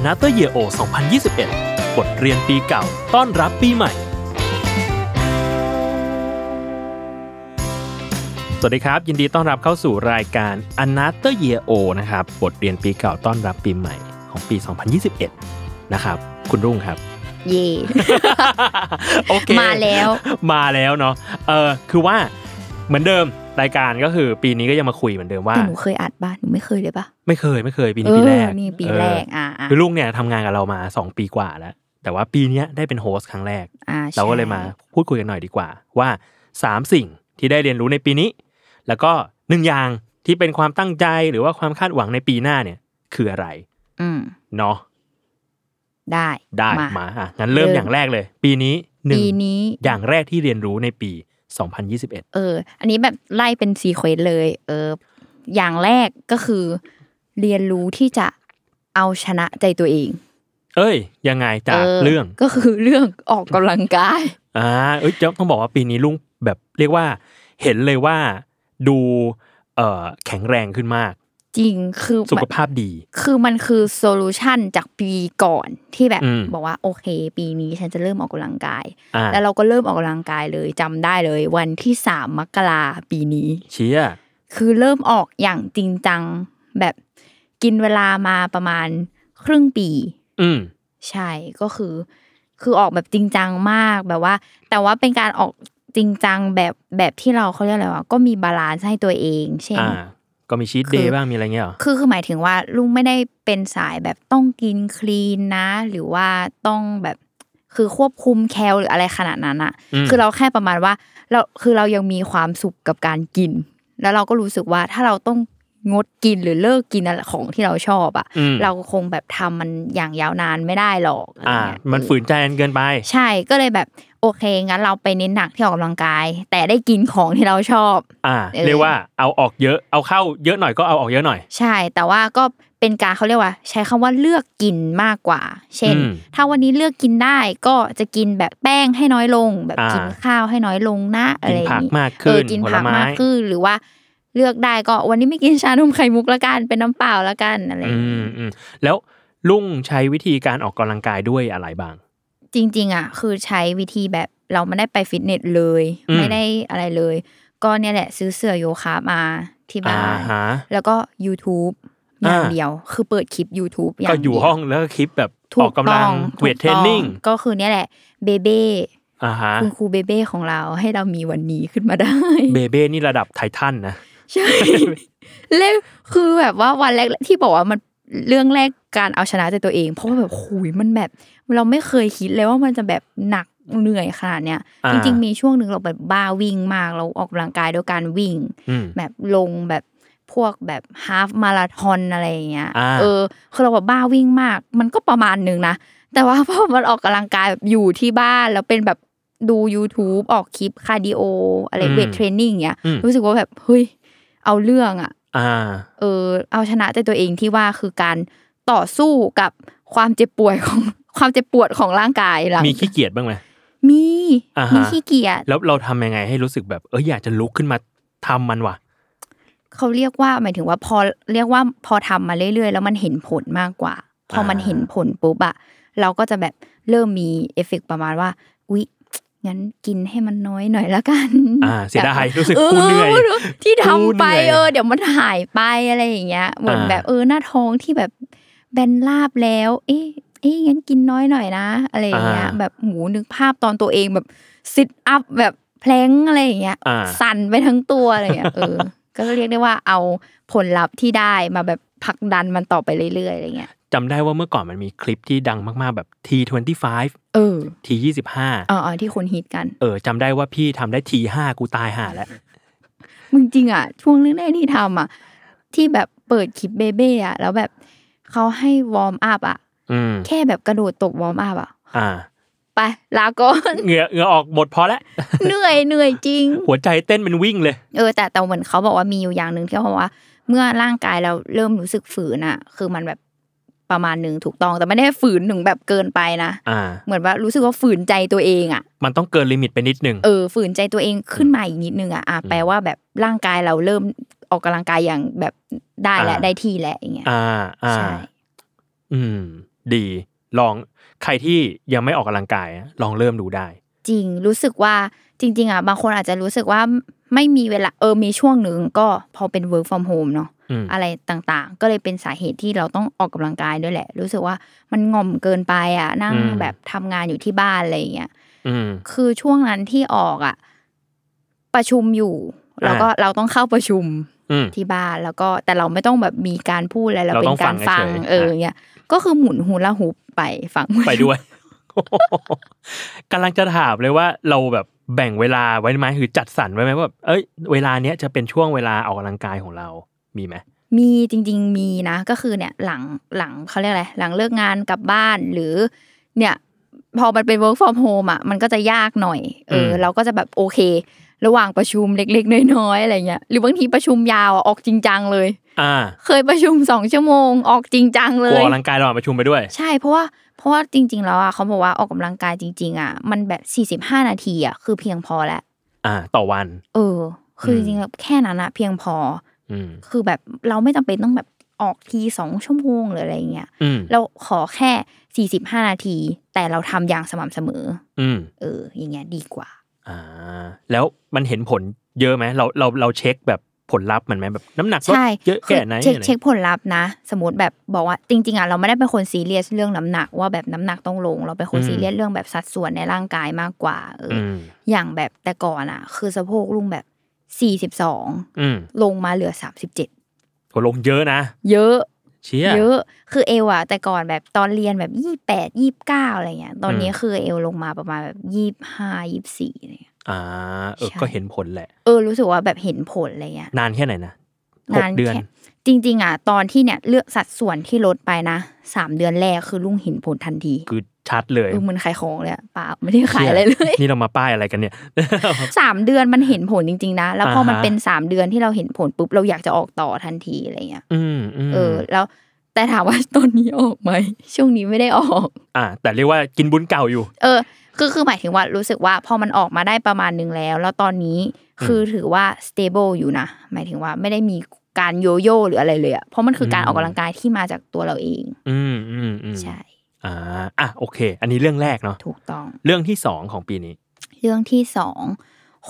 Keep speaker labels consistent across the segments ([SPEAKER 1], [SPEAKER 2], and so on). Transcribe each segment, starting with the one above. [SPEAKER 1] a n o t h e r Year O 2021 บทเรียนปีเก่า ต้อนรับปีใหม่ สวัสดีครับ ยินดีต้อนรับเข้าสู่รายการ a n o t h e r Year O นะครับ บทเรียนปีเก่า ต้อนรับปีใหม่ของปี 2021 นะครับ คุณรุ่งครับ
[SPEAKER 2] เย่
[SPEAKER 1] โอเค
[SPEAKER 2] มาแล้ว
[SPEAKER 1] มาแล้วเนาะ เออ คือว่าเหมือนเดิมรายการก็คือปีนี้ก็ยังมาคุยเหมือนเดิมว่า
[SPEAKER 2] แต่หนูเคยอัดบ้านหนูไม่เคยเลยปะ
[SPEAKER 1] ไม่เคยไม่เคยปีนี้ปีแรก
[SPEAKER 2] เออนี่ปี
[SPEAKER 1] เออ
[SPEAKER 2] แรกอ่าอ่า
[SPEAKER 1] คือลุงเนี่ยทำงานกับเรามา 2 ปีกว่าแล้ว แต่ว่าปีเนี้ยได้เป็นโฮสต์ครั้งแรก
[SPEAKER 2] อ่าใช่
[SPEAKER 1] เราก็เลยมาพูดคุยกันหน่อยดีกว่า ว่า 3 สิ่งที่ได้เรียนรู้ในปีนี้ แล้วก็หนึ่งอย่างที่เป็นความตั้งใจหรือว่าความคาดหวังในปีหน้าเนี่ย คืออะไร
[SPEAKER 2] อืม
[SPEAKER 1] เนาะ
[SPEAKER 2] ได้
[SPEAKER 1] ได้
[SPEAKER 2] มา
[SPEAKER 1] มาอ่ะงั้นเริ่ม
[SPEAKER 2] เริ่ม
[SPEAKER 1] อย่างแรกเลย ปีนี้หนึ่ง
[SPEAKER 2] ปีนี้
[SPEAKER 1] อย่างแรกที่เรียนรู้ในปี 2021
[SPEAKER 2] เออ อันนี้แบบไล่เป็นซีเควนต์เลย เออ อย่างแรกก็คือ เรียนรู้ที่จะเอาชนะใจตัวเอง
[SPEAKER 1] เอ้ย ยังไงจาก
[SPEAKER 2] อ
[SPEAKER 1] เรื่อง
[SPEAKER 2] ก็คือเรื่องออกกำลังกาย
[SPEAKER 1] อ่าเอ้ยจะต้องบอกว่าปีนี้ลุงแบบเรียกว่าเห็นเลยว่าดูเอ่อแข็งแรงขึ้นมาก
[SPEAKER 2] จริงคือ
[SPEAKER 1] สุข
[SPEAKER 2] มัน
[SPEAKER 1] ภาพดี
[SPEAKER 2] คือมันคือโซลูชันจากปีก่อนที่แบบ
[SPEAKER 1] อืม
[SPEAKER 2] บอกว่าโอเค ปีนี้ฉันจะเริ่มออกกำลังกาย
[SPEAKER 1] อ่า
[SPEAKER 2] แล้วเราก็เริ่มออกกำลังกายเลยจำได้เลย วันที่สามมกราปีนี้
[SPEAKER 1] เชีย
[SPEAKER 2] คือเริ่มออกอย่างจริงจังแบบกินเวลามาประมาณครึ่งปี
[SPEAKER 1] อืม
[SPEAKER 2] ใช่ก็คือ คือออกแบบจริงจังมากแบบว่า แต่ว่าเป็นการออกจริงจังแบบแบบที่เราเขาเรียกอะไรวะก็มีบาลานซ์ให้ตัวเอง เช่น
[SPEAKER 1] อ่า ก็มีชีต
[SPEAKER 2] คือ
[SPEAKER 1] เดย์บ้างมีอะไรเงี้ยเหรอ
[SPEAKER 2] คือคือหมายถึงว่าลุงไม่ได้เป็นสายแบบต้องกินคลีนนะ หรือว่าต้องแบบคือควบคุมแคลหรืออะไรขนาดนั้นอะ
[SPEAKER 1] อืม
[SPEAKER 2] คือเราแค่ประมาณว่าเราคือเรายังมีความสุขกับการกิน แล้วเราก็รู้สึกว่าถ้าเราต้องงดกินหรือเลิกกินอะไรของที่เราชอบอะ
[SPEAKER 1] อืม
[SPEAKER 2] เราคงแบบทำมันอย่างยาวนานไม่ได้หรอกอะไร
[SPEAKER 1] อ่า
[SPEAKER 2] เงี้ย
[SPEAKER 1] มัน
[SPEAKER 2] เออ
[SPEAKER 1] ฝืนใจกันเกินไป
[SPEAKER 2] ใช่ก็เลยแบบโอเคงั้นเราไปเน้นหนักที่ออกกำลังกาย แต่ได้กินของที่เราชอบ
[SPEAKER 1] อ่า
[SPEAKER 2] เออ
[SPEAKER 1] เรียกว่าเอาออกเยอะเอาเข้าเยอะหน่อยก็เอาออกเยอะหน่อย
[SPEAKER 2] ใช่ แต่ว่าก็เป็นการเขาเรียกว่า ใช้คำว่าเลือกกินมากกว่า เช่น
[SPEAKER 1] อืม
[SPEAKER 2] ถ้าวันนี้เลือกกินได้ก็จะกินแบบแป้งให้น้อยลง แบบ
[SPEAKER 1] อ่า
[SPEAKER 2] กินข้าวให้น้อยลงนะอะ
[SPEAKER 1] กิ
[SPEAKER 2] ไร
[SPEAKER 1] น
[SPEAKER 2] อย่า
[SPEAKER 1] ผัก
[SPEAKER 2] งนี้
[SPEAKER 1] มาก
[SPEAKER 2] เอ
[SPEAKER 1] ขึ้
[SPEAKER 2] อน กิน
[SPEAKER 1] ผล
[SPEAKER 2] ผัก
[SPEAKER 1] ไม้
[SPEAKER 2] มากขึ้นหรือว่าเลือกได้ก็วันนี้ไม่กินชานมไข่มุกละกันเป็นน้ำเปล่าละกันอะไรอ
[SPEAKER 1] อื
[SPEAKER 2] ย่าง
[SPEAKER 1] ม
[SPEAKER 2] นี้
[SPEAKER 1] อืมแล้วลุงใช้วิธีการออกกำลังกายด้วยอะไรบ้าง
[SPEAKER 2] จริง ๆอ่ะคือใช้วิธีแบบเราไม่ได้ไปฟิตเนสเลย
[SPEAKER 1] อืม
[SPEAKER 2] ไม่ได้อะไรเลย ก็เนี่ยแหละซื้อเสื้อโยคะมาที่
[SPEAKER 1] อ่า
[SPEAKER 2] บ้าน
[SPEAKER 1] ฮะ
[SPEAKER 2] แล้วก็ YouTube อย่าง
[SPEAKER 1] อ่า
[SPEAKER 2] เดียว คือเปิดคลิป YouTube อย่า
[SPEAKER 1] ก็
[SPEAKER 2] งเดีว
[SPEAKER 1] อยู่ห้องแล้วก็คลิปแบบ
[SPEAKER 2] ถู
[SPEAKER 1] ออกกำลั
[SPEAKER 2] ต้
[SPEAKER 1] ง
[SPEAKER 2] อ
[SPEAKER 1] เวทเทรนนิ่ง
[SPEAKER 2] ถูกต้องก็คือเนี่ยแหละเบเบ้
[SPEAKER 1] อ่าฮะ
[SPEAKER 2] คุณครูเบเบ้ของเราให้เรามีวันนี้ขึ้นมาได้
[SPEAKER 1] เบเบ้นี่ระดับไททันนะ
[SPEAKER 2] ใช่ เล่นคือแบบว่าวันแรกที่บอกว่ามันเรื่องแรกการเอาชนะใจตัวเอง เพราะว่าแบบหุยมันแบบ เราไม่เคยคิดเลยว่ามันจะแบบหนักเหนื่อยขนาดเนี้ย
[SPEAKER 1] อ่า
[SPEAKER 2] จริง ๆ มีช่วงหนึ่งเราแบบบ้าวิ่งมากเราออกกำลังกายด้วยการวิ่ง
[SPEAKER 1] อืม
[SPEAKER 2] แบบลงแบบพวกแบบฮาฟมาราทอนอะไรอย่างเงี้ย
[SPEAKER 1] อ่า
[SPEAKER 2] เออ คือเราแบบบ้าวิ่งมาก มันก็ประมาณหนึงนะ แต่ว่าพอมันออกกำลังกายแบบอยู่ที่บ้าน แล้วเป็นแบบดู YouTube ออกคลิปคาร์ดิโอ อะไรเวทเทรนนิ่งเงี้ย
[SPEAKER 1] อืม
[SPEAKER 2] รู้สึกว่าแบบ เฮ้ย เอาเรื่องอะ
[SPEAKER 1] อ่า
[SPEAKER 2] เออ เอาชนะใจตัวเองที่ว่าคือการต่อสู้กับความเจ็บป่วยของ ความเจ็บปวดของร่างกายหลัง
[SPEAKER 1] มีขี้เกียจบ้างไหม
[SPEAKER 2] มี
[SPEAKER 1] อ่าฮะ
[SPEAKER 2] มีขี้เกียจ
[SPEAKER 1] แล้วเราทำยังไงให้รู้สึกแบบเอออยากจะลุกขึ้นมาทำมันว่ะ
[SPEAKER 2] เขาเรียกว่าหมายถึงว่าพอเรียกว่าพอทำมาเรื่อยๆ แล้วมันเห็นผลมากกว่า พอมัน
[SPEAKER 1] อ่า
[SPEAKER 2] เห็นผลปุ๊บอะเราก็จะแบบเริ่มมีเอฟเฟกต์ประมาณว่าอุ๊ย งั้นกินให้มันน้อยหน่อยละกัน
[SPEAKER 1] อ่าเสียดาย
[SPEAKER 2] แบบ
[SPEAKER 1] รู้สึกกูเหนื่อย
[SPEAKER 2] ออที่ทำไป
[SPEAKER 1] กูเหนื่อย
[SPEAKER 2] เออเดี๋ยวมันหายไปอะไรอย่างเงี้ยเหมือน
[SPEAKER 1] อ่า
[SPEAKER 2] แบบเออหน้าท้องที่แบบแบนลาบแล้ว เอ๊ะเอ๊ะงั้นกินน้อยหน่อยนะ อะไรอย่างเงี้ย แบบหมูนึกภาพตอนตัวเองแบบซิทอัพแบบแพลงอะไรอย่างเงี้ย
[SPEAKER 1] อ่า
[SPEAKER 2] สั่นไปทั้งตัวอะไรอย่างเงี้ยเออ ก็เรียกได้ว่าเอาผลลัพธ์ที่ได้มาแบบผลักดันมันต่อไปเรื่อยๆอะไรเงี้ย
[SPEAKER 1] จำได้ว่าเมื่อก่อนมันมีคลิปที่ดังมากๆแบบ T25
[SPEAKER 2] เออ
[SPEAKER 1] T25
[SPEAKER 2] อ๋อๆที่คนฮิตกัน
[SPEAKER 1] เออจำได้ว่าพี่ทำได้ T5 กูตายห่าแล้ว
[SPEAKER 2] มึงจริงอ่ะ ช่วงแรกๆที่ทำอ่ะ ที่แบบเปิดคลิปเบเบ้อ่ะ แล้วแบบเขาให้วอร์มอัพอ่ะ
[SPEAKER 1] อืม
[SPEAKER 2] แค่แบบกระโดดตกวอร์มอัพอ่ะ
[SPEAKER 1] อ่า
[SPEAKER 2] ไป ลาก่อน
[SPEAKER 1] เหงื่อเหงื่อออกหมดพอแล้ว
[SPEAKER 2] เหนื่อยเหนื่อยจริง
[SPEAKER 1] หัวใจเต้นเป็นวิ่งเลย
[SPEAKER 2] เออแต่แต่เหมือนเขาบอกว่ามีอยู่อย่างหนึ่งที่เขาบอกว่า เมื่อร่างกายเราเริ่มรู้สึกฝืนอ่ะ คือมันแบบประมาณหนึ่งถูกต้อง แต่ไม่ได้ฝืนถึงแบบเกินไปนะ
[SPEAKER 1] อ่า
[SPEAKER 2] เหมือนว่ารู้สึกว่าฝืนใจตัวเองอ่ะ
[SPEAKER 1] มันต้องเกินลิมิตไปนิดนึง
[SPEAKER 2] เออฝืนใจตัวเองขึ้นมาอีกนิดนึงอ่ะอ่ะแปลว่าแบบร่างกายเราเริ่มออกกำลังกายอย่างแบบได้และ
[SPEAKER 1] อ่า
[SPEAKER 2] ได้ที่แหละอย่างเงี้ย
[SPEAKER 1] อ่า อ่า
[SPEAKER 2] ใช่
[SPEAKER 1] อืม ดี ลอง ใครที่ยังไม่ออกกำลังกายอะลองเริ่มดูได้
[SPEAKER 2] จริงรู้สึกว่าจริง ๆอ่ะบางคนอาจจะรู้สึกว่าไม่มีเวลาเออมีช่วงหนึ่งก็พอเป็น work from home เนาะ
[SPEAKER 1] อืม
[SPEAKER 2] อะไรต่างๆ ก็เลยเป็นสาเหตุที่เราต้องออกกำลังกายด้วยแหละ รู้สึกว่ามันง่อมเกินไปอ่ะนั่ง
[SPEAKER 1] อืม
[SPEAKER 2] แบบทำงานอยู่ที่บ้านอะไรอย่างเงี้ย
[SPEAKER 1] อืม
[SPEAKER 2] คือช่วงนั้นที่ออกอ่ะประชุมอยู่
[SPEAKER 1] อ่า
[SPEAKER 2] แล้วก็เราต้องเข้าประชุม
[SPEAKER 1] อืม
[SPEAKER 2] ที่บ้านแล้วก็แต่เราไม่ต้องแบบมีการพูดอะไรเรา
[SPEAKER 1] เรา
[SPEAKER 2] เป็
[SPEAKER 1] ต้อน ง
[SPEAKER 2] การ
[SPEAKER 1] ฟั
[SPEAKER 2] ฟัง
[SPEAKER 1] งเฉยๆ
[SPEAKER 2] เออ
[SPEAKER 1] นะ
[SPEAKER 2] เนี่ยก็คือหมุนหูละหูไปฟัง
[SPEAKER 1] ไปด้วย กำลังจะถามเลยว่าเราแบบแบ่งเวลาไว้ไหมหรือจัดสรรไว้ไหมว่าแบบเอ้ย เวลาเนี้ยจะเป็นช่วงเวลาออกกำลังกายของเรา มีไหม
[SPEAKER 2] มีจริง ๆ มีนะ ก็คือเนี่ยหลังหลังเขาเรียกอะไรหลังเลิกงานกลับบ้านหรือ เนี่ยพอมันเป็น work from home อ่ะมันก็จะยากหน่อยเออ
[SPEAKER 1] ม
[SPEAKER 2] เราก็จะแบบโอเค ระหว่างประชุมเล็กๆน้อยๆอะไรเงี้ยหรือบางทีประชุมยาวอะออกจริงจังเลย
[SPEAKER 1] อ่า
[SPEAKER 2] เคยประชุมสองชั่วโมงออกจริงจังเล
[SPEAKER 1] กลัวย ออกกำลังกายระหว่างประชุมไปด้วย
[SPEAKER 2] ใช่เพราะว่าเพราะว่าจริง ๆ แล้วอ่ะเขาบอกว่าออกกำลังกายจริง ๆ อ่ะ มันแบบ 45 นาทีอ่ะคือเพียงพอแล้ว
[SPEAKER 1] อ่า ต่อวัน
[SPEAKER 2] เออ คืออ
[SPEAKER 1] ม
[SPEAKER 2] จริงๆแล้วแค่นั้นอ่ะเพียงพอ
[SPEAKER 1] อืม
[SPEAKER 2] คือแบบเราไม่จำเป็นต้องแบบออกทีสองชั่วโมงหรืออะไรเงี้ย
[SPEAKER 1] อืม
[SPEAKER 2] เราขอแค่ 45 นาที แต่เราทำอย่างสม่ำเสมอ
[SPEAKER 1] อืม
[SPEAKER 2] เออ อย่างเงี้ยดีกว่า
[SPEAKER 1] อ่า แล้วมันเห็นผลเยอะไหมเราเราเราเช็คแบบผลลัพธ์มันไหมแบบน้ำหนักลด
[SPEAKER 2] ใช่
[SPEAKER 1] เยอะ
[SPEAKER 2] คื
[SPEAKER 1] แค่ไหน
[SPEAKER 2] เช็ค
[SPEAKER 1] อะไร
[SPEAKER 2] เช็คผลลัพธ์นะ สมมติแบบบอกว่าจริง ๆอ่ะเราไม่ได้เป็นคนซีเรียสเรื่องน้ำหนักว่าแบบน้ำหนักต้องลง เราเป็นคนซีเรียสเรื่องแบบสัดส่วนในร่างกายมากกว่าเอออ
[SPEAKER 1] อืม
[SPEAKER 2] อย่างแบบแต่ก่อนอะคือสะโพกลุงแบบสี่สิบสอง
[SPEAKER 1] อืม
[SPEAKER 2] ลงมาเหลือสามสิบเจ็ด
[SPEAKER 1] โหลงเยอะนะ
[SPEAKER 2] เยอะ
[SPEAKER 1] เชีย
[SPEAKER 2] เยอะคือเอวอะแต่ก่อนแบบตอนเรียนแบบยี่แปดยี่เก้าอะไรเงี้ย ตอนนี้คือเอวลงมาประมาณแบบยี่ห้ายี่สี่อะไรเงี้ย
[SPEAKER 1] อ่า เออ
[SPEAKER 2] ใช่
[SPEAKER 1] ก็เห็นผลแหละ
[SPEAKER 2] เออรู้สึกว่าแบบเห็นผลอะไรเงี้ย
[SPEAKER 1] นานแค่ไหนนะหกเดือน
[SPEAKER 2] แค่จริง ๆอะตอนที่เนี่ยเลือกสัดส่วนที่ลดไปนะสามเดือนแรกคือลุงเห็นผลทันที
[SPEAKER 1] คือชัดเลย
[SPEAKER 2] เออมันขายของเลยอะเปล่าไม่ได้ขายอะไรเลย
[SPEAKER 1] นี่เรามาป้ายอะไรกันเนี่ย
[SPEAKER 2] สามเดือนมันเห็นผลจริง ๆ นะ แล้วพอมัน
[SPEAKER 1] อ่าฮะ
[SPEAKER 2] เป็นสามเดือนที่เราเห็นผลปุ๊บเราอยากจะออกต่อทันทีอะไรเงี้ย
[SPEAKER 1] อืมอืม
[SPEAKER 2] เออ แล้วแต่ถามว่า ตอนนี้ออกไหม ช่วงนี้ไม่ได้ออก
[SPEAKER 1] อ่า แต่เรียกว่ากินบุญเก่าอยู่
[SPEAKER 2] เออ คือคือหมายถึงว่ารู้สึกว่าพอมันออกมาได้ประมาณหนึ่งแล้ว แล้วตอนนี้คือถือว่า stable อยู่นะ หมายถึงว่าไม่ได้มีการโยโย่หรืออะไรเลยอะเพราะมันคือการ
[SPEAKER 1] อืม
[SPEAKER 2] ออกกำลังกายที่มาจากตัวเราเอง
[SPEAKER 1] อืมอืมอืม
[SPEAKER 2] ใช่
[SPEAKER 1] อ่า อ่ะโอเค อันนี้เรื่องแรกเนาะ
[SPEAKER 2] ถูกต้อง
[SPEAKER 1] เรื่องที่สองของปีนี้
[SPEAKER 2] เรื่องที่สอง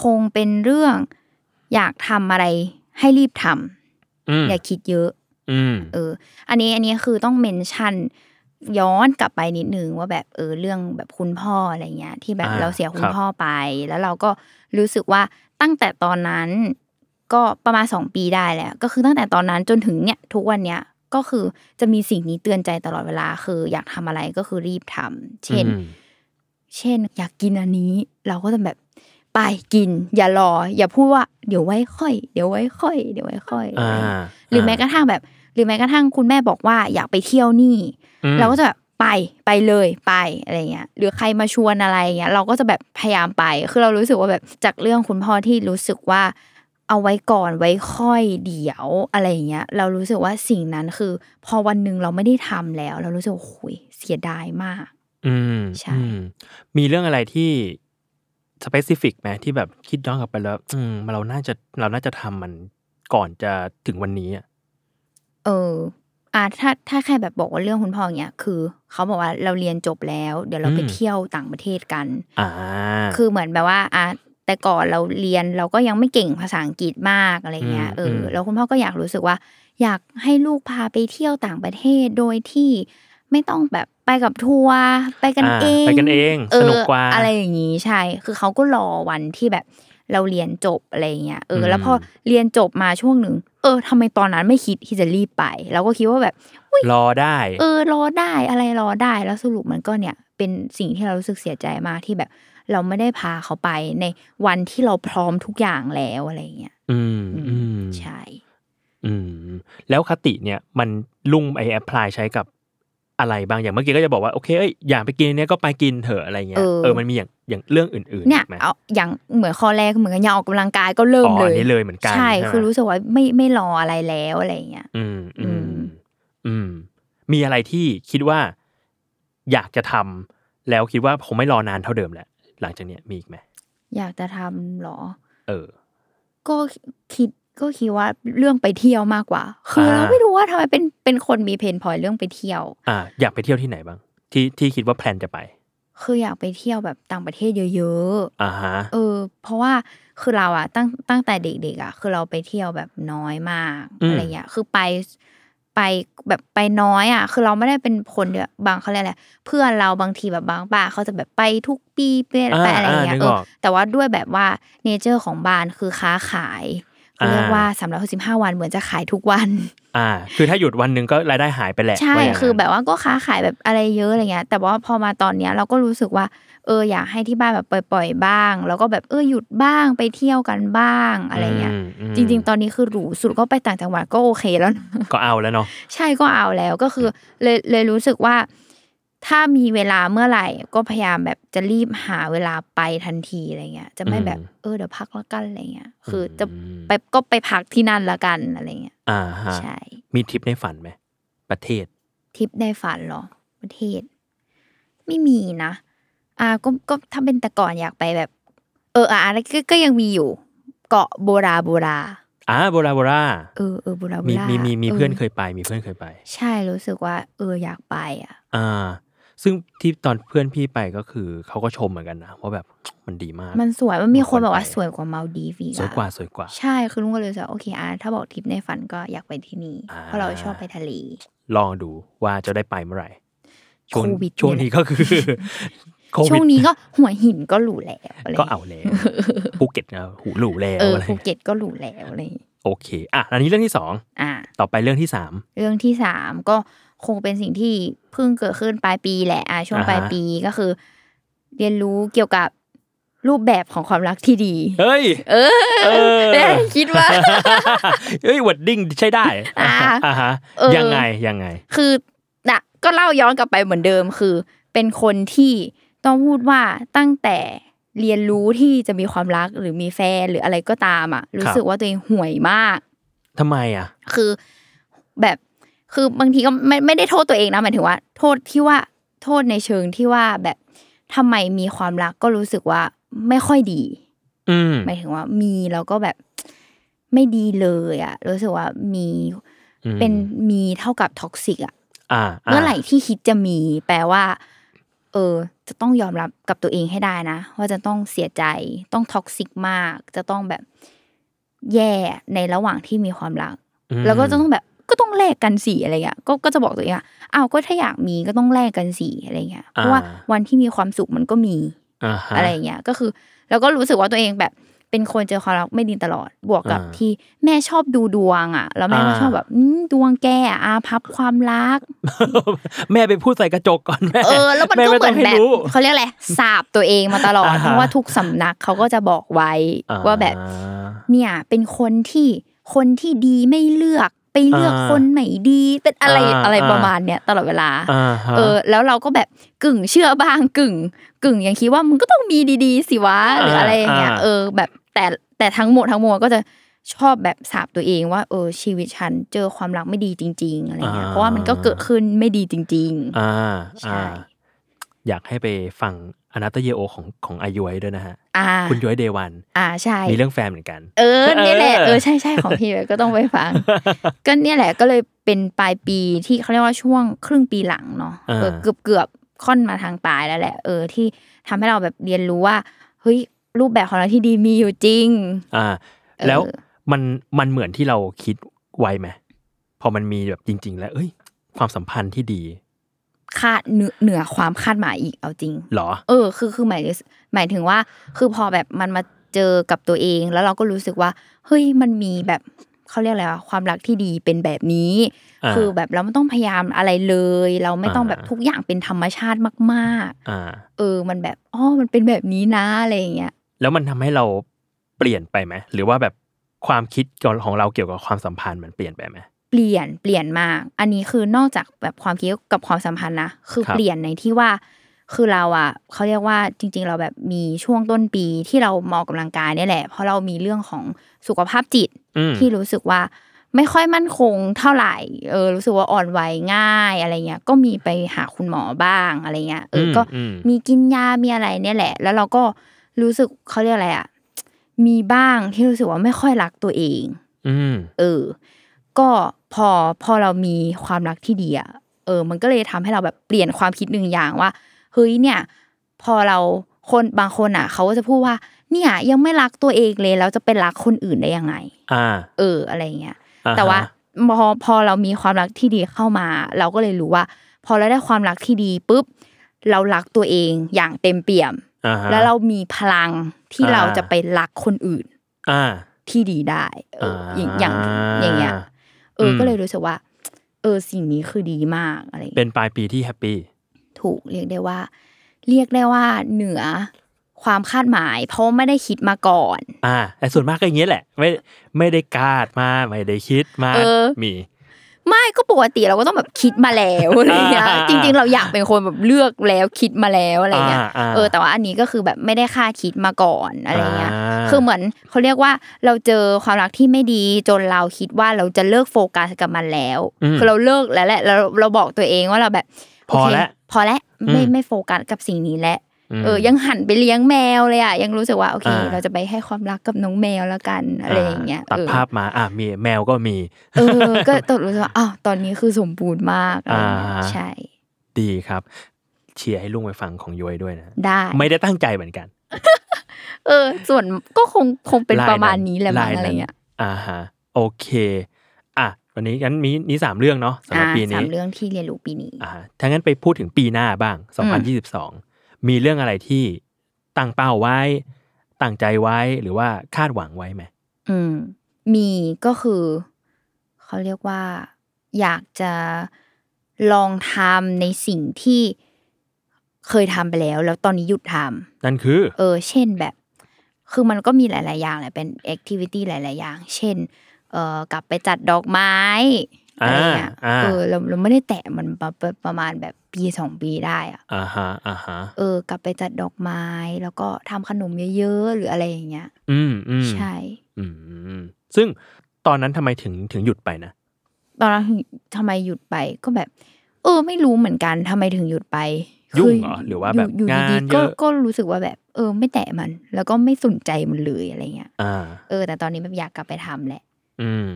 [SPEAKER 2] คงเป็นเรื่องอยากทำอะไรให้รีบท
[SPEAKER 1] อืม
[SPEAKER 2] ำอย่าคิดเยอะ
[SPEAKER 1] อืม
[SPEAKER 2] เออ อันนี้อันนี้คือต้องเมนชั่นย้อนกลับไปนิดนึงว่าแบบเออเรื่องแบบคุณพ่ออะไรเงี้ยที่แบบ
[SPEAKER 1] อ่า
[SPEAKER 2] เราเสีย
[SPEAKER 1] ค
[SPEAKER 2] คุ
[SPEAKER 1] รั
[SPEAKER 2] ณ
[SPEAKER 1] บ
[SPEAKER 2] พ่อไป แล้วเราก็รู้สึกว่าตั้งแต่ตอนนั้น ก็ประมาณสองปีได้แหละก็คือตั้งแต่ตอนนั้นจนถึงเนี่ยทุกวันเนี้ยก็คือจะมีสิ่งนี้เตือนใจตลอดเวลา คืออยากทำอะไรก็คือรีบทำเช่น
[SPEAKER 1] อืม
[SPEAKER 2] เช่น อยากกินอันนี้ เราก็จะแบบไปกิน อย่ารอ อย่าพูดว่าเดี๋ยวไว้ค่อย เดี๋ยวไว้ค่อยเดี๋ยวไว้ค่อยะ
[SPEAKER 1] อ่า
[SPEAKER 2] ไรเงี้ย หรือแม้กระทั่งแบบ หรือแม้กระทั่งคุณแม่บอกว่าอยากไปเที่ยวนี่
[SPEAKER 1] อืม
[SPEAKER 2] เราก็จะแบบไปไปเลยไปอะไรเงี้ยหรือใครมาชวนอะไรเงี้ยเราก็จะแบบพยายามไป คือเรารู้สึกว่าแบบจากเรื่องคุณพ่อที่รู้สึกว่า เอาไว้ก่อนไว้ค่อยเดี๋ยวอะไรเงี้ยเรารู้สึกว่าสิ่งนั้นคือ พอวันหนึ่งเราไม่ได้ทำแล้ว เรารู้สึกว่าโอ้ยเสียดายมาก
[SPEAKER 1] อืม
[SPEAKER 2] ใช่
[SPEAKER 1] อืมมีเรื่องอะไรที่สเปซิฟิกไหมที่แบบคิดย้อนกลับไปแล้ว อืมเราน่าจะเราน่าจะทำมันก่อนจะถึงวันนี้อะ
[SPEAKER 2] เออ อ่าถ้าถ้าใครแบบบอกว่าเรื่องคุณพ่ออย่างเงี้ยคือเขาบอกว่าเราเรียนจบแล้ว เดี๋ยวเราไป
[SPEAKER 1] อืม
[SPEAKER 2] เที่ยวต่างประเทศกัน
[SPEAKER 1] อ่า
[SPEAKER 2] คือเหมือนแบบว่าอ่ะแต่ก่อนเราเรียนเราก็ยังไม่เก่งภาษาอังกฤษมากอะไรเงี้ย
[SPEAKER 1] อืม
[SPEAKER 2] เออ
[SPEAKER 1] ม
[SPEAKER 2] อแล้วคุณพ่อก็อยากรู้สึกว่า อยากให้ลูกพาไปเที่ยวต่างประเทศโดยที่ไม่ต้องแบบไปกับทัวร์ไปกัน
[SPEAKER 1] อ่า
[SPEAKER 2] เอง
[SPEAKER 1] ไปกันเองสนุกกว่า
[SPEAKER 2] เอออะไรอย่างนี้ใช่ คือเขาก็รอวันที่แบบเราเรียนจบอะไรเงี้ยเอออ
[SPEAKER 1] ม
[SPEAKER 2] แล้วพอเรียนจบมาช่วงหนึ่งเออทำไมตอนนั้นไม่คิดที่จะรีบไปเราก็คิดว่าแบบ
[SPEAKER 1] รอได้
[SPEAKER 2] เออรอได้อะไรรอได้แล้วสรุปมันก็เนี่ย เป็นสิ่งที่เรารู้สึกเสียใจมากที่แบบ เราไม่ได้พาเขาไปในวันที่เราพร้อมทุกอย่างแล้วอะไรเงี้ย
[SPEAKER 1] อืมอืม
[SPEAKER 2] ใช่
[SPEAKER 1] อืมแล้วคติเนี่ยมันลุ่มไอแอพพลายใช้กับอะไรบางอย่างเมื่อกี้ก็จะบอกว่าโอเคเอ้ยอยากไปกินเนี่ยก็ไปกินเถอะอะไรเงี้ย
[SPEAKER 2] เออ
[SPEAKER 1] เออมันมีอย่างอย่างเรื่องอื่นๆ
[SPEAKER 2] เนี่ย
[SPEAKER 1] อีกไหม
[SPEAKER 2] เอาอย่างเหมือนข้อแรกเหมือนกันอยากออกกำลังกายก็เริ่ม
[SPEAKER 1] อ๋อ
[SPEAKER 2] เลย
[SPEAKER 1] อันนี้เลยเหมือนกัน
[SPEAKER 2] ใช่
[SPEAKER 1] ใช่ไหม
[SPEAKER 2] คือรู้สึกว่าไม่ไม่รออะไรแล้วอะไรเงี้ย
[SPEAKER 1] อืมอืม
[SPEAKER 2] อืม
[SPEAKER 1] อืม มีอะไรที่คิดว่า อยากจะทำแล้วคิดว่าคงไม่รอนานเท่าเดิมแหละหลังจากเนี้ยมีอีกไหม
[SPEAKER 2] อยากจะทำเหรอ
[SPEAKER 1] เออ
[SPEAKER 2] ก็คิดก็คิดว่าเรื่องไปเที่ยวมากกว่า คือเรา
[SPEAKER 1] อ่า
[SPEAKER 2] ไม่รู้ว่าทำไมเป็นเป็นคนมีเพนพอยเรื่องไปเที่ยว
[SPEAKER 1] อ่า อยากไปเที่ยวที่ไหนบ้าง ที่ที่คิดว่าแพลนจะไป
[SPEAKER 2] คืออยากไปเที่ยวแบบต่างประเทศเยอะ ๆ
[SPEAKER 1] อ่าฮะ
[SPEAKER 2] เออเพราะว่าคือเราอะตั้งตั้งแต่เด็กๆอะคือเราไปเที่ยวแบบน้อยมาก
[SPEAKER 1] อืม
[SPEAKER 2] อะไรเงี้ยคือไปไปแบบไปน้อยอะคือเราไม่ได้เป็นคนแบบบางเขาเรียกอะไรเพื่อนเราบางทีแบบบางบ้านเขาจะแบบไปทุกปีไป
[SPEAKER 1] อ่า
[SPEAKER 2] ไปอะไร
[SPEAKER 1] อ่า
[SPEAKER 2] เงี้ย
[SPEAKER 1] นึก
[SPEAKER 2] เอ
[SPEAKER 1] อ
[SPEAKER 2] อ
[SPEAKER 1] อก
[SPEAKER 2] แต่ว่าด้วยแบบว่าเนเจอร์ของบ้านคือค้าขายเขาเรียก
[SPEAKER 1] อ่า
[SPEAKER 2] ว่าสามร้อยหกสิบห้าวันเหมือนจะขายทุกวัน
[SPEAKER 1] อ่า คือถ้าหยุดวันหนึ่งก็รายได้หายไปแหละ
[SPEAKER 2] ใช่
[SPEAKER 1] ว่าย่างนั้น
[SPEAKER 2] คือแบบว่าก็ค้าขายแบบอะไรเยอะอะไรเงี้ย แต่ว่าพอมาตอนเนี้ยเราก็รู้สึกว่า เอออยากให้ที่บ้านแบบปล่อยๆบ้าง แล้วก็แบบเออหยุดบ้างไปเที่ยวกันบ้างอะไรเงี้ย
[SPEAKER 1] มม
[SPEAKER 2] จริง ๆ ตอนนี้คือหรูสุดก็ไปต่างจังหวัดก็โอเคแล้วนะ
[SPEAKER 1] ก็เอาแล้วเนาะ
[SPEAKER 2] ใช่ก็เอาแล้วก็คือเลยเลยรู้สึกว่า ถ้ามีเวลาเมื่อไหร่ ก็พยายามแบบจะรีบหาเวลาไปทันทีอะไรเงี้ย จะไม่แบบ
[SPEAKER 1] อืม
[SPEAKER 2] เออเดี๋ยวพักละกันอะไรเงี้ย คือจะ
[SPEAKER 1] ม
[SPEAKER 2] ไปก็ไปพักที่นั่นละกันอะไรเงี้ย
[SPEAKER 1] อ่าฮะ
[SPEAKER 2] ใช่
[SPEAKER 1] มีทริปในฝันไหมประเทศ
[SPEAKER 2] ทริปได้ฝันเหรอ ประเทศ ไม่มีนะ อ่าก็ก็ถ้าเป็นแต่ก่อนอยากไปแบบ เอออ่าอะไรก็ก็ยังมีอยู่ เกาะโบราโบรา
[SPEAKER 1] อ่าโบราโบรา
[SPEAKER 2] เออเออโบราโบ
[SPEAKER 1] มี
[SPEAKER 2] รา
[SPEAKER 1] มีมีมี
[SPEAKER 2] ออ
[SPEAKER 1] เพื่อนเคยไป มีเพื่อนเคยไป
[SPEAKER 2] ใช่รู้สึกว่า เอออยากไปอ่ะ
[SPEAKER 1] อ่า ซึ่งที่ตอนเพื่อนพี่ไปก็คือเขาก็ชมเหมือนกันนะว่าแบบมันดีมาก
[SPEAKER 2] มันสวยมันมีคนบอกว่า
[SPEAKER 1] มันควรไป
[SPEAKER 2] สวยกว่ามาดีฟอีก
[SPEAKER 1] สวย
[SPEAKER 2] อะ
[SPEAKER 1] กว่าสวยกว่า
[SPEAKER 2] ใช่คือลุงก็เลยรู้สึกว่าโอเคอ่ะถ้าบอกทริปในฝันก็อยากไปที่นี่
[SPEAKER 1] อ่า
[SPEAKER 2] เพราะเราชอบไปทะเล
[SPEAKER 1] ลองดูว่าจะได้ไปเมื่อไหร่ช่วง
[SPEAKER 2] โควิด
[SPEAKER 1] ช่วงนี้ก็ คือ โควิ
[SPEAKER 2] ช่ว
[SPEAKER 1] ด
[SPEAKER 2] งนี้ก็ หัวหินก็หรูแล้วอะไร
[SPEAKER 1] ก็เอาแล้วภูเก็ตนะหูหลูแล้ว
[SPEAKER 2] เออ
[SPEAKER 1] อะไร
[SPEAKER 2] ภูเก็ตก็หรูแล้วอะไรอย่างงี้
[SPEAKER 1] โอเค อ่ะอันนี้เรื่องที่สอง
[SPEAKER 2] อ่ะ
[SPEAKER 1] ต่อไปเรื่องที่สาม
[SPEAKER 2] เรื่องที่สามก็คงเป็นสิ่งที่เพิ่งเกิดขึ้นปลายปีแหละอ่ะช่วง
[SPEAKER 1] อ่าฮะ
[SPEAKER 2] ปลายปีก็คือ เรียนรู้เกี่ยวกับรูปแบบของความรักที่ดี
[SPEAKER 1] เฮ้ย
[SPEAKER 2] เออ
[SPEAKER 1] เออ
[SPEAKER 2] ได้คิดว่า
[SPEAKER 1] เอ้ยวัดดิ้งใช้ได้
[SPEAKER 2] อ่า
[SPEAKER 1] อ่าฮะ
[SPEAKER 2] เออ
[SPEAKER 1] ยังไงยังไง
[SPEAKER 2] คือนะก็เล่าย้อนกลับไปเหมือนเดิมคือ เป็นคนที่ต้องพูดว่าตั้งแต่เรียนรู้ที่จะมีความรักหรือมีแฟนหรืออะไรก็ตามอ่ะ รู้สึกว่าตัวเองห่วยมาก
[SPEAKER 1] ทำไมอ่ะ
[SPEAKER 2] คือแบบคือบางทีก็ไม่ไม่ได้โทษตัวเองนะหมายถึงว่า โทษที่ว่าโทษในเชิงที่ว่าแบบทำไมมีความรักก็รู้สึกว่าไม่ค่อยดี
[SPEAKER 1] อืม
[SPEAKER 2] หมายถึงว่ามีแล้วก็แบบไม่ดีเลยอ่ะรู้สึกว่ามี
[SPEAKER 1] อืม
[SPEAKER 2] เป็นมีเท่ากับท็อกซิกอ่ะ
[SPEAKER 1] อ่าา
[SPEAKER 2] เมื่อไหร่ที่คิดจะมี แปลว่า เออ จะต้องยอมรับกับตัวเองให้ได้นะ ว่าจะต้องเสียใจต้องท็อกซิกมาก จะต้องแบบแย่ในระหว่างที่มีความรัก
[SPEAKER 1] อืม
[SPEAKER 2] แล้วก็จะต้องแบบก็ต้องแลกกันสิอะไรเงี้ยก็ก็จะบอกตัวเองอะอ้าวก็ถ้าอยากมีก็ต้องแลกกันสิอะไรเงี้ยเพราะว่าวันที่มีความสุขมันก็มี
[SPEAKER 1] อ่าฮ
[SPEAKER 2] อะไรอย่างเงี้ยก็คือแล้วก็รู้สึกว่าตัวเองแบบเป็นคนเจอความรักไม่ดีตลอด บวกกับ
[SPEAKER 1] อ่า
[SPEAKER 2] ที่แม่ชอบดูดวงอ่ะ แล้วแม่ก็
[SPEAKER 1] อ่า
[SPEAKER 2] ชอบแบบอืมดวงแกอะอาพับความรั ก
[SPEAKER 1] แม่ไปพูดใส่กระจกก่อนแม่
[SPEAKER 2] เออ แล้วมันก็เหมือน
[SPEAKER 1] ไต้ง
[SPEAKER 2] แบบ
[SPEAKER 1] ให้รู้
[SPEAKER 2] เขาเรียกอะไรสาบตัวเองมาตลอด
[SPEAKER 1] อ่าฮะ
[SPEAKER 2] เพราะว่าทุกสำนักเขาก็จะบอกไว้
[SPEAKER 1] อ่
[SPEAKER 2] ว่าแบบ เนี่ยเป็นคนที่คนที่ดีไม่เลือกไปเลือก
[SPEAKER 1] อ่า
[SPEAKER 2] คนไหนดีเป็นอะไร
[SPEAKER 1] อ่า
[SPEAKER 2] อะไร
[SPEAKER 1] อ่า
[SPEAKER 2] ประมาณเนี้ยตลอดเวลา
[SPEAKER 1] อ่าฮะ
[SPEAKER 2] เออแล้วเราก็แบบกึ่งเชื่อบ้างกึ่ง กึ่งยังคิดว่ามึงก็ต้องมีดีๆ สิวะหรืออะไรอย่างเงี้ย
[SPEAKER 1] อ่า
[SPEAKER 2] เออแบบแต่แต่ทั้งหมดทั้งมวลก็จะชอบแบบสาบตัวเองว่าเออชีวิตฉันเจอความรักไม่ดีจริง ๆอะไรเงี้ยเพราะว่ามันก็เกิดขึ้นไม่ดีจริง
[SPEAKER 1] อ่า
[SPEAKER 2] ใช่
[SPEAKER 1] อ่าอยากให้ไปฟัง อนาตเยโอของของอายุยด้วยนะฮะ
[SPEAKER 2] อ่า
[SPEAKER 1] คุณย้อยเดวัน
[SPEAKER 2] อ่าใช่
[SPEAKER 1] มีเรื่องแฟนเหมือนกัน
[SPEAKER 2] เออเนี่ยแหละ
[SPEAKER 1] เออ
[SPEAKER 2] เออใช่ใช่ของพี่เว้ยก็ต้องไปฟัง ก็เนี่ยแหละก็เลยเป็นปลายปีที่เขาเรียกว่าช่วงครึ่งปีหลังเนาะ
[SPEAKER 1] อ่า
[SPEAKER 2] เออเกือบเกือบค่อนมาทางปลายแล้วแหละ เออที่ทำให้เราแบบเรียนรู้ว่าเฮ้ยรูปแบบของเราที่ดีมีอยู่จริง
[SPEAKER 1] อ่า
[SPEAKER 2] เออ
[SPEAKER 1] แล้วมันมันเหมือนที่เราคิดไว้ไหมพอมันมีแบบจริง ๆ แล้ว เอ้ย ความสัมพันธ์ที่ดี
[SPEAKER 2] คาดเหนือเหนือความคาดหมายอีกเอาจริง
[SPEAKER 1] เหรอ
[SPEAKER 2] เออคือคือหมายถึงหมายถึงว่า คือพอแบบมันมาเจอกับตัวเอง แล้วเราก็รู้สึกว่า เฮ้ยมันมีแบบเขาเรียกอะไรวะความรักที่ดีเป็นแบบนี้
[SPEAKER 1] อ่า
[SPEAKER 2] คือแบบเราไม่ต้องพยายามอะไรเลย เราไม่ต้องแบบ
[SPEAKER 1] อ่า
[SPEAKER 2] ทุกอย่างเป็นธรรมชาติมาก
[SPEAKER 1] อ่า
[SPEAKER 2] ๆ เออ มันแบบอ๋อมันเป็นแบบนี้นะอะไรอย่างเงี้ย
[SPEAKER 1] แล้วมันทำให้เราเปลี่ยนไปไหมหรือว่าแบบความคิดของเราเกี่ยวกับความสัมพันธ์มันเปลี่ยนไปไหม
[SPEAKER 2] เปลี่ยนเปลี่ยนมาก อันนี้คือนอกจากแบบความคิดกับความสัมพันธ์นะคือ
[SPEAKER 1] ครับ
[SPEAKER 2] เปลี่ยนในที่ว่า คือเราอ่ะเขาเรียกว่าจริง ๆ เราแบบมีช่วงต้นปีที่เรามาออกกำลังกายเนี่ยแหละ เพราะเรามีเรื่องของสุขภาพจิต
[SPEAKER 1] อืม
[SPEAKER 2] ที่รู้สึกว่าไม่ค่อยมั่นคงเท่าไหร่ เออ รู้สึกว่าอ่อนไหวง่ายอะไรเงี้ย ก็มีไปหาคุณหมอบ้างอะไรเงี้ย เออ ก็
[SPEAKER 1] อืม
[SPEAKER 2] มีกินยา มีอะไรเนี่ยแหละ แล้วเราก็รู้สึกเขาเรียกอะไรอ่ะ มีบ้างที่รู้สึกว่าไม่ค่อยรักตัวเอง
[SPEAKER 1] อืม
[SPEAKER 2] เออ ก็พอพอเรามีความรักที่ดีอะเออ มันก็เลยทำให้เราแบบเปลี่ยนความคิดหนึ่งอย่างว่า เฮ้ยเนี่ย พอเราคนบางคนอ่ะ เขาก็จะพูดว่า เนี่ย ยังไม่รักตัวเองเลยแล้วจะไปรักคนอื่นได้ยังไง
[SPEAKER 1] อ่า
[SPEAKER 2] เอออะไรเงี้ย
[SPEAKER 1] อ่ฮะ
[SPEAKER 2] แต่ว่าพอพอเรามีความรักที่ดีเข้ามา เราก็เลยรู้ว่า พอเราได้ความรักที่ดีปุ๊บเรารักตัวเองอย่างเต็มเปี่ยม
[SPEAKER 1] อ่ฮะ
[SPEAKER 2] แล้วเรามีพลังที่
[SPEAKER 1] อ่า
[SPEAKER 2] เราจะไปรักคนอื่น
[SPEAKER 1] อ่า
[SPEAKER 2] ที่ดีได้เออออย่างอย่างอย่างเงี้ยเอออ
[SPEAKER 1] ม
[SPEAKER 2] ก็เลยรู้สึกว่า เออสิ่งนี้คือดีมากอะไร
[SPEAKER 1] เป็
[SPEAKER 2] เงี้ย
[SPEAKER 1] นปลายปีที่แฮปปี้
[SPEAKER 2] ถูกเรียกได้ว่า เรียกได้ว่าเหนือความคาดหมาย เพราะไม่ได้คิดมาก่อน
[SPEAKER 1] อ่าแต่ส่วนมากก็อย่างเงี้ยแหละ ไม่ไม่ได้กาดมาไม่ได้คิดมา
[SPEAKER 2] เออ
[SPEAKER 1] มี
[SPEAKER 2] ไม่ก็ปกติเราก็ต้องแบบคิดมาแล้วอะไรเงี้ย
[SPEAKER 1] อ่า
[SPEAKER 2] จริง ๆ เราอยากเป็นคนแบบเลือกแล้วคิดมาแล้วอะไรเงี้ย
[SPEAKER 1] า
[SPEAKER 2] เออแต่ว่าอันนี้ก็คือแบบไม่ได้ค่าดคิดมาก่อนอะไรเงี้ย
[SPEAKER 1] า
[SPEAKER 2] คือเหมือนเขาเรียกว่าเราเจอความรักที่ไม่ดีจนเราคิดว่าเราจะเลิกโฟกัสกับมันแล้ว
[SPEAKER 1] อืม
[SPEAKER 2] คือเราเลิกแล้วแหละเราเราบอกตัวเองว่าเราแบบ
[SPEAKER 1] พอแล้ว
[SPEAKER 2] โเคพอแล้วไม่
[SPEAKER 1] อืม
[SPEAKER 2] ไม่โฟกัสกับสิ่งนี้แล้ว
[SPEAKER 1] ม
[SPEAKER 2] เออ ยังหันไปเลี้ยงแมวเลยอ่ะยังรู้สึกว่าโอเค
[SPEAKER 1] อ่า
[SPEAKER 2] เราจะไปให้ความรักกับน้องแมวแล้วกันอะไรอย่างเงี้ย
[SPEAKER 1] ตัด
[SPEAKER 2] เออ
[SPEAKER 1] ภาพมาอ่ะมีแมวก็มี
[SPEAKER 2] เออ ก็ตกรู้สึกว่าอ้าวตอนนี้คือสมบูรณ์มากอะไรอย่างเงี้ย
[SPEAKER 1] อ่า
[SPEAKER 2] ใช่
[SPEAKER 1] ดีครับ เชียร์ให้ลุงไปฟังของย้อยด้วยนะ
[SPEAKER 2] ได้
[SPEAKER 1] ไม่ได้ตั้งใจเหมือนกัน
[SPEAKER 2] เออ ส่วนก็คงคงเป็นประมาณนี้แหละมั้ง
[SPEAKER 1] าย
[SPEAKER 2] อะไร
[SPEAKER 1] นั้น
[SPEAKER 2] เงี้ย
[SPEAKER 1] อ่าฮะโอเค อ่ะวันนี้งั้นมีนี่สามเรื่องเนาะสำหรับ
[SPEAKER 2] อ่า
[SPEAKER 1] ปี
[SPEAKER 2] สา
[SPEAKER 1] นี้
[SPEAKER 2] มเรื่องที่เรียนรู้ปีนี้
[SPEAKER 1] อ่าถ้างั้นไปพูดถึงปีหน้าบ้าง 2022 มีเรื่องอะไรที่ตั้งเป้าไว้ ตั้งใจไว้หรือว่าคาดหวังไว้ไหม
[SPEAKER 2] อืม มีก็คือ เขาเรียกว่า อยากจะลองทำในสิ่งที่เคยทำไปแล้ว แล้วตอนนี้หยุดทำ
[SPEAKER 1] นั่นคือ
[SPEAKER 2] เออ เช่นแบบ คือมันก็มีหลาย ๆ อย่างแหละ เป็นแอคทิวิตี้หลาย ๆ อย่าง เช่น เออกลับไปจัดดอกไม้อะ
[SPEAKER 1] อ่า
[SPEAKER 2] ไรเงี้ย
[SPEAKER 1] อ่า
[SPEAKER 2] เออ เราเราไม่ได้แตะมันประประประมาณแบบปีสองปีได้อะ
[SPEAKER 1] อ่าฮะอ่าฮะ
[SPEAKER 2] เออ กลับไปจัดดอกไม้ แล้วก็ทำขนมเยอะ ๆ หรืออะไรอย่างเงี้ย
[SPEAKER 1] อืมอืม
[SPEAKER 2] ใช่
[SPEAKER 1] อืมซึ่งตอนนั้นทำไมถึงถึงหยุดไปนะ
[SPEAKER 2] ตอนนั้นทำไมหยุดไปก็แบบ เออ ไม่รู้เหมือนกันทำไมถึงหยุดไป
[SPEAKER 1] ยุ่งเหรอหรือว่าแบบ
[SPEAKER 2] ยู่ยู่ดี
[SPEAKER 1] งาน
[SPEAKER 2] ๆ
[SPEAKER 1] เย
[SPEAKER 2] ก็
[SPEAKER 1] อะ
[SPEAKER 2] ก็รู้สึกว่าแบบ เออ ไม่แตะมัน แล้วก็ไม่สนใจมันเลยอะไรเงี้ย
[SPEAKER 1] อ่า
[SPEAKER 2] เออ แต่ตอนนี้แบบอยากกลับไปทำแหละ
[SPEAKER 1] อืม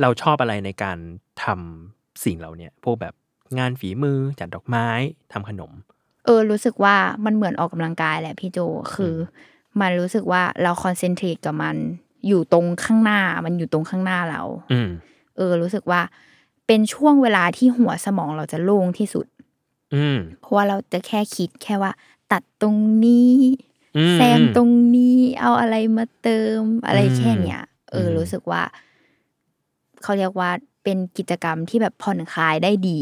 [SPEAKER 1] เราชอบอะไรในการทำสิ่งเหล่าเนี้ยพวกแบบงานฝีมือจัดดอกไม้ทำขนม
[SPEAKER 2] เออรู้สึกว่ามันเหมือนออกกำลังกายแหละพี่โจคืออมันรู้สึกว่าเราคอนเซนเทรตกับมันอยู่ตรงข้างหน้า มันอยู่ตรงข้างหน้าเรา
[SPEAKER 1] อืม
[SPEAKER 2] เออ รู้สึกว่าเป็นช่วงเวลาที่หัวสมองเราจะโล่งที่สุด
[SPEAKER 1] อืม
[SPEAKER 2] เพราะว่าเราจะแค่คิดแค่ว่า ตัดตรงนี้
[SPEAKER 1] อืม
[SPEAKER 2] แซมตรงนี้เอาอะไรมาเติมอะไรแค่เนี้ยเอออ
[SPEAKER 1] ม
[SPEAKER 2] รู้สึกว่าเขาเรียกว่าเป็นกิจกรรมที่แบบผ่อนคลายได้ดี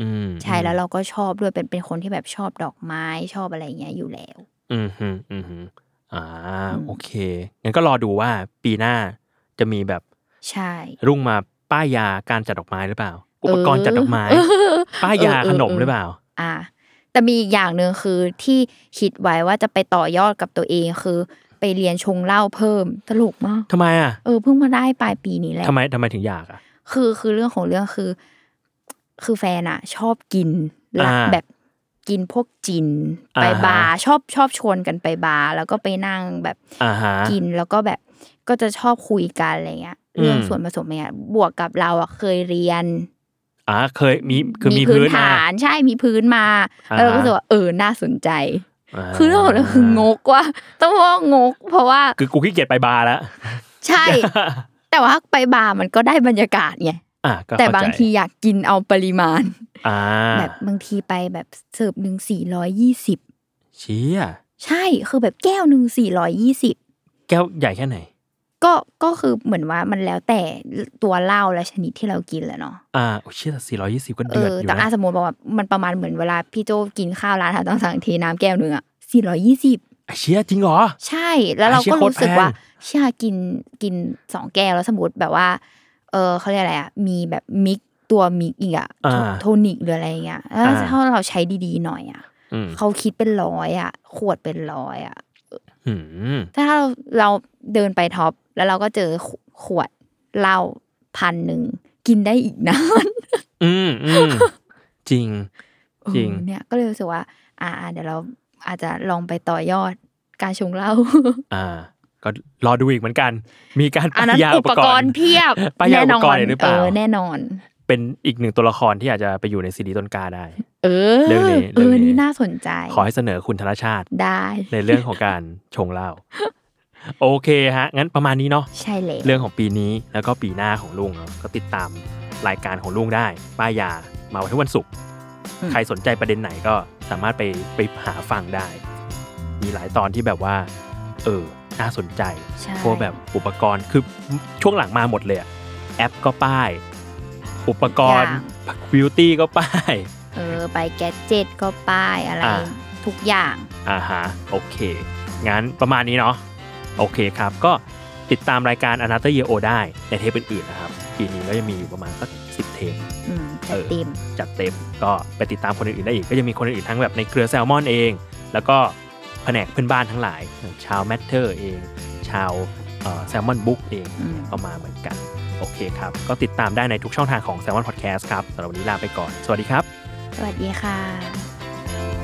[SPEAKER 1] อืม
[SPEAKER 2] ใช่แล้วเราก็ชอบด้วยเป็นเป็นคนที่แบบชอบดอกไม้ชอบอะไรอย่างเงี้ยอยู่แล้ว
[SPEAKER 1] อืมอืมอืมอืมอ่า
[SPEAKER 2] อืม
[SPEAKER 1] โอเคงั้นก็รอดูว่าปีหน้าจะมีแบบ
[SPEAKER 2] ใช่
[SPEAKER 1] รุ่งมาป้ายยาการจัดดอกไม้หรือเปล่า อุปกรณ์จัดดอก ไม้
[SPEAKER 2] เ
[SPEAKER 1] ป้ายยา
[SPEAKER 2] เออเออ
[SPEAKER 1] ขนม
[SPEAKER 2] เออ
[SPEAKER 1] หรือเปล่า
[SPEAKER 2] อ่า แต่มีอีกอย่างหนึ่งคือที่คิดไว้ว่าจะไปต่อยอดกับตัวเองคือ ไปเรียนชงเหล้าเพิ่มตลกมาก
[SPEAKER 1] ทำไมอ่ะ
[SPEAKER 2] เออเพิ่งมาได้ปลายปีนี้แหละ
[SPEAKER 1] ทำไมทำไมถึงอยากอ่ะ
[SPEAKER 2] คือคือเรื่องของเรื่องคือ คือแฟนอะชอบกินรัก
[SPEAKER 1] อ่า
[SPEAKER 2] แบบ กินพวกจินไป
[SPEAKER 1] อ่าฮะ
[SPEAKER 2] บาร์ชอบชอบชวนกันไปบาร์แล้วก็ไปนั่งแบบ
[SPEAKER 1] อ่าฮะ
[SPEAKER 2] กินแล้วก็แบบก็จะชอบคุยกันอะไรเงี้ย
[SPEAKER 1] อืม
[SPEAKER 2] เรื่องส่วนผสมอะไรเงี้ยบวกกับเราอ่ะเคยเรียน
[SPEAKER 1] อ่าเคยมีคือมีพื้นมา
[SPEAKER 2] ฐานใช่มีพื้นมา
[SPEAKER 1] อ่าฮะ
[SPEAKER 2] แล้วเราก็รู้สึกว่าเออน่าสนใจ
[SPEAKER 1] า
[SPEAKER 2] คือเรื่องของเราคืองกว่า ต้องบอกว่างก เพราะว่า
[SPEAKER 1] คือกูขี้เกียจไปบาร์แล้ว
[SPEAKER 2] ใช่ แต่ว่าไปบาร์มันก็ได้บรรยากาศไง
[SPEAKER 1] อ่ะก็
[SPEAKER 2] แต่
[SPEAKER 1] เข้ใจ
[SPEAKER 2] บางทีอยากกินเอาปริมาณ
[SPEAKER 1] อ่า
[SPEAKER 2] แบบบางทีไปแบบเสิร์ฟหนึ่งสี่ร้อยยี่สิบ
[SPEAKER 1] เชี่ย
[SPEAKER 2] ใช่คือแบบแก้วหนึ่งสี่ร้อยยี่สิบ
[SPEAKER 1] แก้วใหญ่แค่ไหน
[SPEAKER 2] ก็ ก็คือเหมือนว่ามันแล้วแต่ตัวเหล้าและชนิดที่เรากินแหละเนาะ
[SPEAKER 1] อ่าโอ้เชี่ยสี่ร้อยยี่สิบก็
[SPEAKER 2] เอ
[SPEAKER 1] เดือด
[SPEAKER 2] อ
[SPEAKER 1] อยู่
[SPEAKER 2] แต่อา
[SPEAKER 1] นะ
[SPEAKER 2] สมมติบอกว่ามันประมาณเหมือนเวลาพี่โจกินข้าวร้านอาหารต้องสั่งเทน้ำแก้วหนึ่งอะสี่ร้อยี่สิบ
[SPEAKER 1] ไอ้เชี่ยจริงเหรอ
[SPEAKER 2] ใช่ แล้วเรา
[SPEAKER 1] ไอ้เชี่
[SPEAKER 2] ก็
[SPEAKER 1] ยโคตร
[SPEAKER 2] รู้สึกว่า
[SPEAKER 1] แพ
[SPEAKER 2] เชี่ยกิน กินสองแก้วแล้วสมมติแบบว่า เออเขาเรียกอะไรอะมีแบบมิกตัวมิกอีกอะ
[SPEAKER 1] อ่า
[SPEAKER 2] โทนิกหรืออะไรเงี้ยแล้ว
[SPEAKER 1] อ่า
[SPEAKER 2] ถ้าเราใช้ดีๆหน่อยอะ
[SPEAKER 1] อืม
[SPEAKER 2] เขาคิดเป็นร้อยอะขวดเป็นร้อยอะ
[SPEAKER 1] อืม
[SPEAKER 2] ถ้าเราเราเดินไปท็อปแล้วเราก็เจอขวขวดเหล้าพันหนึ่งกินได้อีกนาน
[SPEAKER 1] อืมอื มจริง จริง
[SPEAKER 2] เออเนี่ยก็เลยรู้สึกว่า อ่าอ่าเดี๋ยวเราอาจจะลองไปต่อยอดการชงเหล้า
[SPEAKER 1] อ่า ก็รอดูอีกเหมือนกัน มีการ
[SPEAKER 2] อันนั้น
[SPEAKER 1] ยา
[SPEAKER 2] อุปกรณ์เพียบ
[SPEAKER 1] ป้ายยา
[SPEAKER 2] แน่
[SPEAKER 1] อุ
[SPEAKER 2] น
[SPEAKER 1] ปก
[SPEAKER 2] อน
[SPEAKER 1] รณ์หรือเปล่า
[SPEAKER 2] เออแน่นอน
[SPEAKER 1] เป็นอีกหนึ่งตัวละครที่อาจจะไปอยู่ในซีรีส์ต้นกล้าได้
[SPEAKER 2] เออ
[SPEAKER 1] เรื่องนี้
[SPEAKER 2] เอ
[SPEAKER 1] เรื่อง
[SPEAKER 2] อ
[SPEAKER 1] นี้
[SPEAKER 2] นี่น่าสนใจ
[SPEAKER 1] ขอให้เสนอคุณธนชาติ
[SPEAKER 2] ได้
[SPEAKER 1] ในเรื่องของการ ชงเหล้าโอเคฮะ งั้นประมาณนี้เนาะ
[SPEAKER 2] ใช่เลย
[SPEAKER 1] เรื่องของปีนี้แล้วก็ปีหน้าของลุงครับก็ติดตามรายการของลุงได้ ป้ายยามาวันทุกวันศุกร์ใครสนใจประเด็นไหนก็สามารถไปไปหาฟังได้ มีหลายตอนที่แบบว่า เออ น่าสนใจ
[SPEAKER 2] ใช่
[SPEAKER 1] พวกแบบอุปกรณ์คือช่วงหลังมาหมดเลยอะแอปก็ป้าย อุปกรณ์
[SPEAKER 2] ทุ
[SPEAKER 1] บิวตี้ก็ป้าย
[SPEAKER 2] เออไปแกดเจ็ตก็ป้ายอะไร
[SPEAKER 1] อ่า
[SPEAKER 2] ทุกอย่าง
[SPEAKER 1] อ่าฮะโอเค งั้นประมาณนี้เนาะโอเคครับ ก็ติดตามรายการ a n o t h e r Year O ได้ในเทปอื่นๆนะครับ ปีนี้ก็จะมีอยู่ประมาณสักสิเทป
[SPEAKER 2] อืม
[SPEAKER 1] เอ
[SPEAKER 2] จั
[SPEAKER 1] อ
[SPEAKER 2] ดเต็ม
[SPEAKER 1] จัดเต็มก็ไปติดตามคนอื่นๆได้อีก ก็จะมีคนอื่นๆทั้งแบบในเครือแซลมอนเอง แล้วก็แผนกเพื่อนบ้านทั้งหลาย ชาวแมทเทอร์เอง ชาวแซลมอนบุ๊กเอง
[SPEAKER 2] อืม
[SPEAKER 1] ก็มาเหมือนกัน โอเคครับ ก็ติดตามได้ในทุกช่องทางของ s ซ l m o n Podcast ครับสำหรับวันนี้ลาไปก่อน สวัสดีครับ
[SPEAKER 2] สวัสดีค่ะ